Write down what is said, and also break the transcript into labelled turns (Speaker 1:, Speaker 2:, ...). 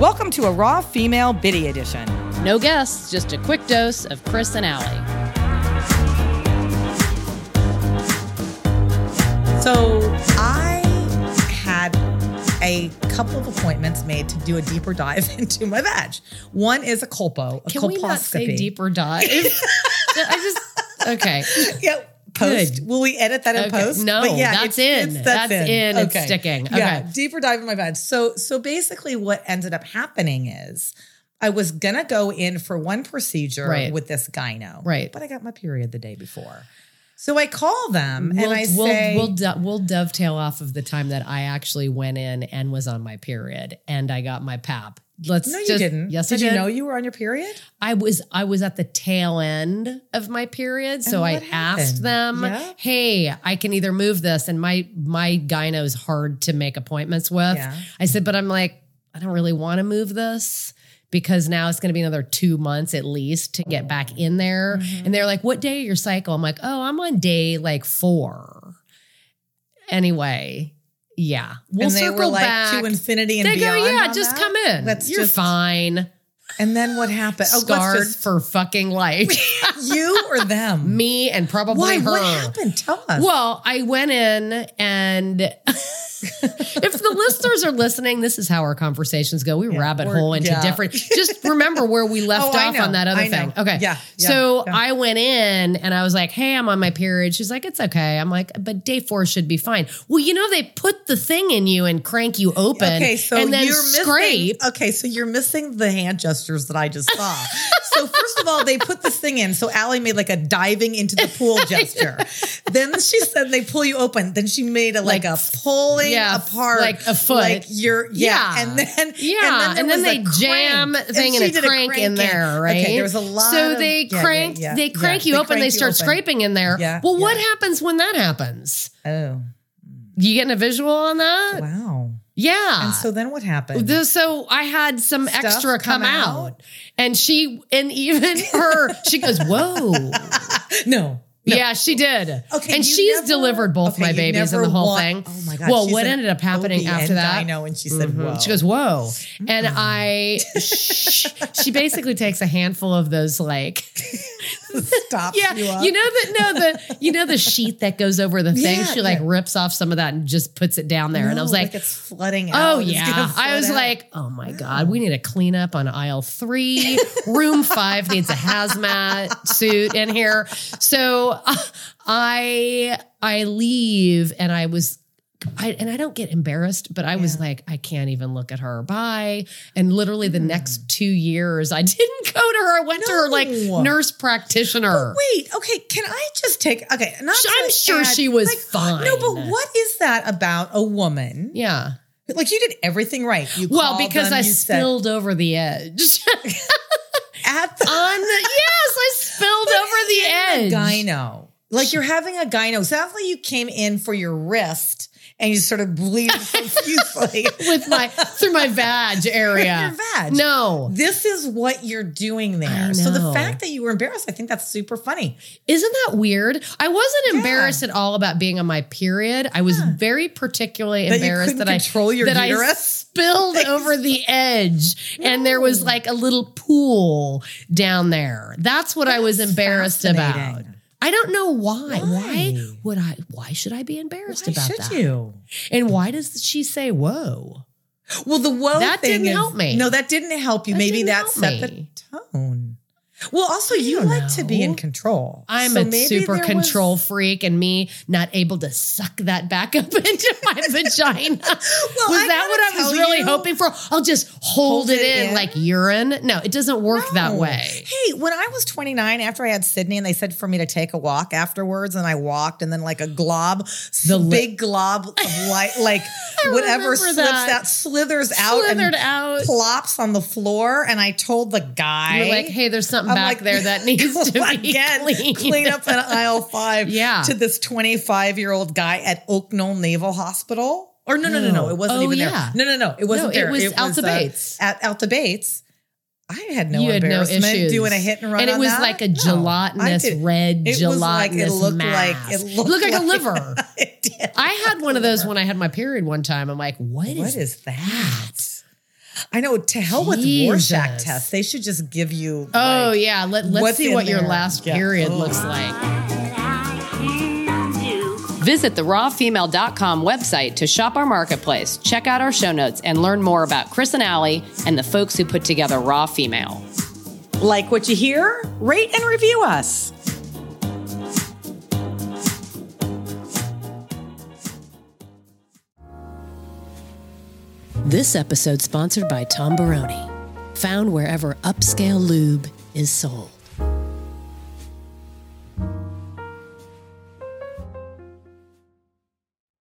Speaker 1: Welcome to a Raw Female Biddy Edition.
Speaker 2: No guests, just a quick dose of Chris and Allie.
Speaker 3: So I had a couple of appointments made to do a deeper dive into my vag. One is a colpo, a
Speaker 2: Can
Speaker 3: colposcopy.
Speaker 2: we not say deeper dive? I just okay.
Speaker 3: Yeah, post. Will we edit that in
Speaker 2: Okay.
Speaker 3: post?
Speaker 2: No, that's in. That's in. It's sticking. Okay.
Speaker 3: Yeah, deeper dive in my vag. So, so basically, what ended up happening is. I was gonna go in for one procedure
Speaker 2: Right.
Speaker 3: with this gyno,
Speaker 2: Right.
Speaker 3: But I got my period the day before, so I call them
Speaker 2: We'll,
Speaker 3: and I
Speaker 2: we'll,
Speaker 3: say,
Speaker 2: we'll, do- we'll dovetail off of the time that I actually went in and was on my period and I got my pap. Let's
Speaker 3: "No, you
Speaker 2: just-
Speaker 3: didn't.
Speaker 2: Yes,
Speaker 3: did
Speaker 2: I did.
Speaker 3: you know you were on your period?
Speaker 2: I was I was at the tail end of my period, so
Speaker 3: And
Speaker 2: I
Speaker 3: what
Speaker 2: asked
Speaker 3: happened?
Speaker 2: them,
Speaker 3: Yeah.
Speaker 2: "Hey, I can either move this." And my my gyno's hard to make appointments with.
Speaker 3: Yeah.
Speaker 2: I said, "But I'm like, I don't really want to move this." Because now it's going to be another two months at least to get back in there.
Speaker 3: Mm-hmm.
Speaker 2: And they're like, What day of your cycle? I'm like, Oh, I'm on day like four. Anyway, yeah. We'll
Speaker 3: and they
Speaker 2: circle
Speaker 3: were like
Speaker 2: back.
Speaker 3: to infinity and
Speaker 2: they go,
Speaker 3: beyond.
Speaker 2: Yeah,
Speaker 3: on
Speaker 2: just
Speaker 3: that?
Speaker 2: come in.
Speaker 3: That's
Speaker 2: You're
Speaker 3: just-
Speaker 2: fine
Speaker 3: And then what happened? Oh,
Speaker 2: scarred
Speaker 3: what's
Speaker 2: for fucking life.
Speaker 3: just you or them?
Speaker 2: Me and probably
Speaker 3: Why?
Speaker 2: her.
Speaker 3: What happened? Tell us.
Speaker 2: Well, I went in and if the listeners are listening, this is how our conversations go. We rabbit
Speaker 3: we're-
Speaker 2: hole into
Speaker 3: yeah.
Speaker 2: different. Just remember where we left
Speaker 3: Oh, I
Speaker 2: off
Speaker 3: know.
Speaker 2: on that other
Speaker 3: I know.
Speaker 2: thing. Okay.
Speaker 3: Yeah, yeah,
Speaker 2: So
Speaker 3: yeah.
Speaker 2: I went in and I was like, hey, I'm on my period. She's like, it's okay. I'm like, but day four should be fine. Well, you know, they put the thing in you and crank you open
Speaker 3: okay, so
Speaker 2: and then
Speaker 3: you're missing.
Speaker 2: scrape.
Speaker 3: Okay, so you're missing the hand gestures that I just saw. so first of all, they put this thing in. So Allie made like a diving into the pool gesture. then she said they pull you open. Then she made a like,
Speaker 2: Like,
Speaker 3: a pulling
Speaker 2: yeah,
Speaker 3: apart,
Speaker 2: like a foot.
Speaker 3: like you're yeah.
Speaker 2: Yeah.
Speaker 3: And then
Speaker 2: Yeah, and
Speaker 3: and
Speaker 2: then,
Speaker 3: then, there was a
Speaker 2: they jam
Speaker 3: crank.
Speaker 2: thing and,
Speaker 3: she
Speaker 2: a
Speaker 3: did
Speaker 2: crank, in there, right?
Speaker 3: Okay, there was a lot.
Speaker 2: So
Speaker 3: of-
Speaker 2: they
Speaker 3: yeah, yeah,
Speaker 2: crank,
Speaker 3: yeah,
Speaker 2: they
Speaker 3: yeah.
Speaker 2: crank you open,
Speaker 3: crank
Speaker 2: they
Speaker 3: you
Speaker 2: start
Speaker 3: open.
Speaker 2: scraping in there.
Speaker 3: Yeah,
Speaker 2: well, what
Speaker 3: yeah.
Speaker 2: happens when that happens?
Speaker 3: Oh
Speaker 2: You getting a visual on that?
Speaker 3: wow!
Speaker 2: Yeah.
Speaker 3: And so then what happened?
Speaker 2: The- so I had some
Speaker 3: Stuff
Speaker 2: extra
Speaker 3: come
Speaker 2: come, out.
Speaker 3: out?
Speaker 2: and she and even her, she goes, "Whoa."
Speaker 3: no.
Speaker 2: Yeah, she did.
Speaker 3: Okay,
Speaker 2: and
Speaker 3: you
Speaker 2: she's
Speaker 3: never-
Speaker 2: delivered both
Speaker 3: okay,
Speaker 2: my
Speaker 3: you
Speaker 2: babies and
Speaker 3: never
Speaker 2: the whole
Speaker 3: want-
Speaker 2: thing.
Speaker 3: Oh my god!
Speaker 2: Well,
Speaker 3: she's
Speaker 2: what
Speaker 3: an
Speaker 2: ended up happening
Speaker 3: OB
Speaker 2: after that? mm-hmm.
Speaker 3: I know, and she said, "Whoa."
Speaker 2: She goes, "Whoa," and I, sh- she basically takes a handful of those like,
Speaker 3: "Stop
Speaker 2: yeah,
Speaker 3: you
Speaker 2: you,
Speaker 3: up."
Speaker 2: know that no the you know the sheet that goes over the thing.
Speaker 3: Yeah,
Speaker 2: she like
Speaker 3: yeah.
Speaker 2: rips off some of that and just puts it down there, and I was
Speaker 3: No,
Speaker 2: like.
Speaker 3: "It's flooding."
Speaker 2: Oh
Speaker 3: out. It's gonna
Speaker 2: yeah.
Speaker 3: flood
Speaker 2: I was
Speaker 3: out.
Speaker 2: like, oh my God, we need a cleanup on aisle three. Room five needs a hazmat suit in here. So uh, I I leave and I was I, and I don't get embarrassed, but I was like, I can't even look at her. Bye. And literally
Speaker 3: Mm.
Speaker 2: the next two years, I didn't go to her. I went to her like
Speaker 3: No.
Speaker 2: nurse practitioner.
Speaker 3: "Wait, okay, can I just take?" Okay, not
Speaker 2: Sh-
Speaker 3: to
Speaker 2: I'm sure
Speaker 3: add-
Speaker 2: she was
Speaker 3: like,
Speaker 2: fine.
Speaker 3: No, but what is that about a woman?
Speaker 2: Yeah.
Speaker 3: Like you did everything right. You
Speaker 2: Well,
Speaker 3: called
Speaker 2: because
Speaker 3: them,
Speaker 2: I
Speaker 3: you said-
Speaker 2: spilled over the edge.
Speaker 3: at the
Speaker 2: on the yes, I spilled over the edge.
Speaker 3: gyno. Like you're having a gyno. Sounds like you came in for your wrist and you sort of bleed profusely.
Speaker 2: with my through my vag area.
Speaker 3: With your vag.
Speaker 2: No.
Speaker 3: this is what you're doing
Speaker 2: I
Speaker 3: there. So
Speaker 2: know.
Speaker 3: the fact that you were embarrassed, I think that's super funny.
Speaker 2: Isn't that weird? I wasn't
Speaker 3: Yeah.
Speaker 2: embarrassed at all about being on my period. I was very particularly
Speaker 3: That you
Speaker 2: embarrassed
Speaker 3: couldn't
Speaker 2: that I
Speaker 3: control your
Speaker 2: that I
Speaker 3: uterus?
Speaker 2: spilled over the edge and there was like a little pool down there. That's what I was embarrassed about.
Speaker 3: fascinating.
Speaker 2: I don't know why. why.
Speaker 3: Why?
Speaker 2: would I why should I be embarrassed
Speaker 3: Why
Speaker 2: about
Speaker 3: should
Speaker 2: that?
Speaker 3: you?
Speaker 2: And why does she say whoa?
Speaker 3: Well, the whoa
Speaker 2: That
Speaker 3: thing
Speaker 2: didn't
Speaker 3: is-
Speaker 2: help me.
Speaker 3: No, that didn't help you.
Speaker 2: That
Speaker 3: Maybe
Speaker 2: didn't
Speaker 3: that
Speaker 2: help
Speaker 3: set
Speaker 2: me.
Speaker 3: the tone. Well, also you
Speaker 2: don't
Speaker 3: like to be in
Speaker 2: know.
Speaker 3: control.
Speaker 2: I'm
Speaker 3: So
Speaker 2: a
Speaker 3: maybe
Speaker 2: super
Speaker 3: there was-
Speaker 2: control freak, and me not able to suck that back up into my vagina.
Speaker 3: Well,
Speaker 2: was
Speaker 3: I
Speaker 2: that what
Speaker 3: gotta
Speaker 2: I was
Speaker 3: tell
Speaker 2: really
Speaker 3: you-
Speaker 2: hoping for? I'll just hold,
Speaker 3: Hold
Speaker 2: it,
Speaker 3: it
Speaker 2: in,
Speaker 3: in?
Speaker 2: like urine. No, it doesn't work that
Speaker 3: No.
Speaker 2: way.
Speaker 3: Hey, when I was 29, after I had Sydney, and they said for me to take a walk afterwards, and I walked, and then like a glob, the
Speaker 2: The li-
Speaker 3: big glob of light, like whatever
Speaker 2: remember
Speaker 3: slips
Speaker 2: that.
Speaker 3: out, slithers out,
Speaker 2: Slithered
Speaker 3: and
Speaker 2: out.
Speaker 3: plops on the floor. And I told the guy,
Speaker 2: You're like, hey, there's
Speaker 3: I'm
Speaker 2: something back
Speaker 3: like,
Speaker 2: there that needs to be
Speaker 3: again,
Speaker 2: cleaned.
Speaker 3: clean up an aisle five
Speaker 2: Yeah.
Speaker 3: to this 25 year old guy at Oak Knoll Naval Hospital. Or no, no, no, no. It wasn't
Speaker 2: Oh,
Speaker 3: even
Speaker 2: yeah.
Speaker 3: there. No, no, no. It wasn't
Speaker 2: No, it
Speaker 3: there.
Speaker 2: was out the
Speaker 3: uh,
Speaker 2: Bates.
Speaker 3: at out the Bates. I had no
Speaker 2: you had no
Speaker 3: embarrassment
Speaker 2: issues
Speaker 3: doing a hit and run.
Speaker 2: and it
Speaker 3: on
Speaker 2: was
Speaker 3: that.
Speaker 2: like a
Speaker 3: No, I
Speaker 2: gelatinous
Speaker 3: did-
Speaker 2: red,
Speaker 3: It was like- it
Speaker 2: gelatinous
Speaker 3: looked like-
Speaker 2: mass.
Speaker 3: it looked
Speaker 2: like a
Speaker 3: like-
Speaker 2: liver.
Speaker 3: It did.
Speaker 2: I had one of those when I had my period one time. I'm like, what is
Speaker 3: What is that? I know. To hell with
Speaker 2: Jesus.
Speaker 3: Rorschach test. They should just give you.
Speaker 2: Oh
Speaker 3: like,
Speaker 2: yeah, Let, let's
Speaker 3: what's
Speaker 2: see
Speaker 3: in
Speaker 2: what your
Speaker 3: there?
Speaker 2: last
Speaker 3: Yeah. Oh.
Speaker 2: period
Speaker 3: Ugh.
Speaker 2: looks like. Visit the rawfemale.com website to shop our marketplace, check out our show notes, and learn more about Chris and Allie and the folks who put together Raw Female.
Speaker 4: Like what you hear? Rate and review us.
Speaker 2: This episode sponsored by Tom Baroni, found wherever upscale lube is sold.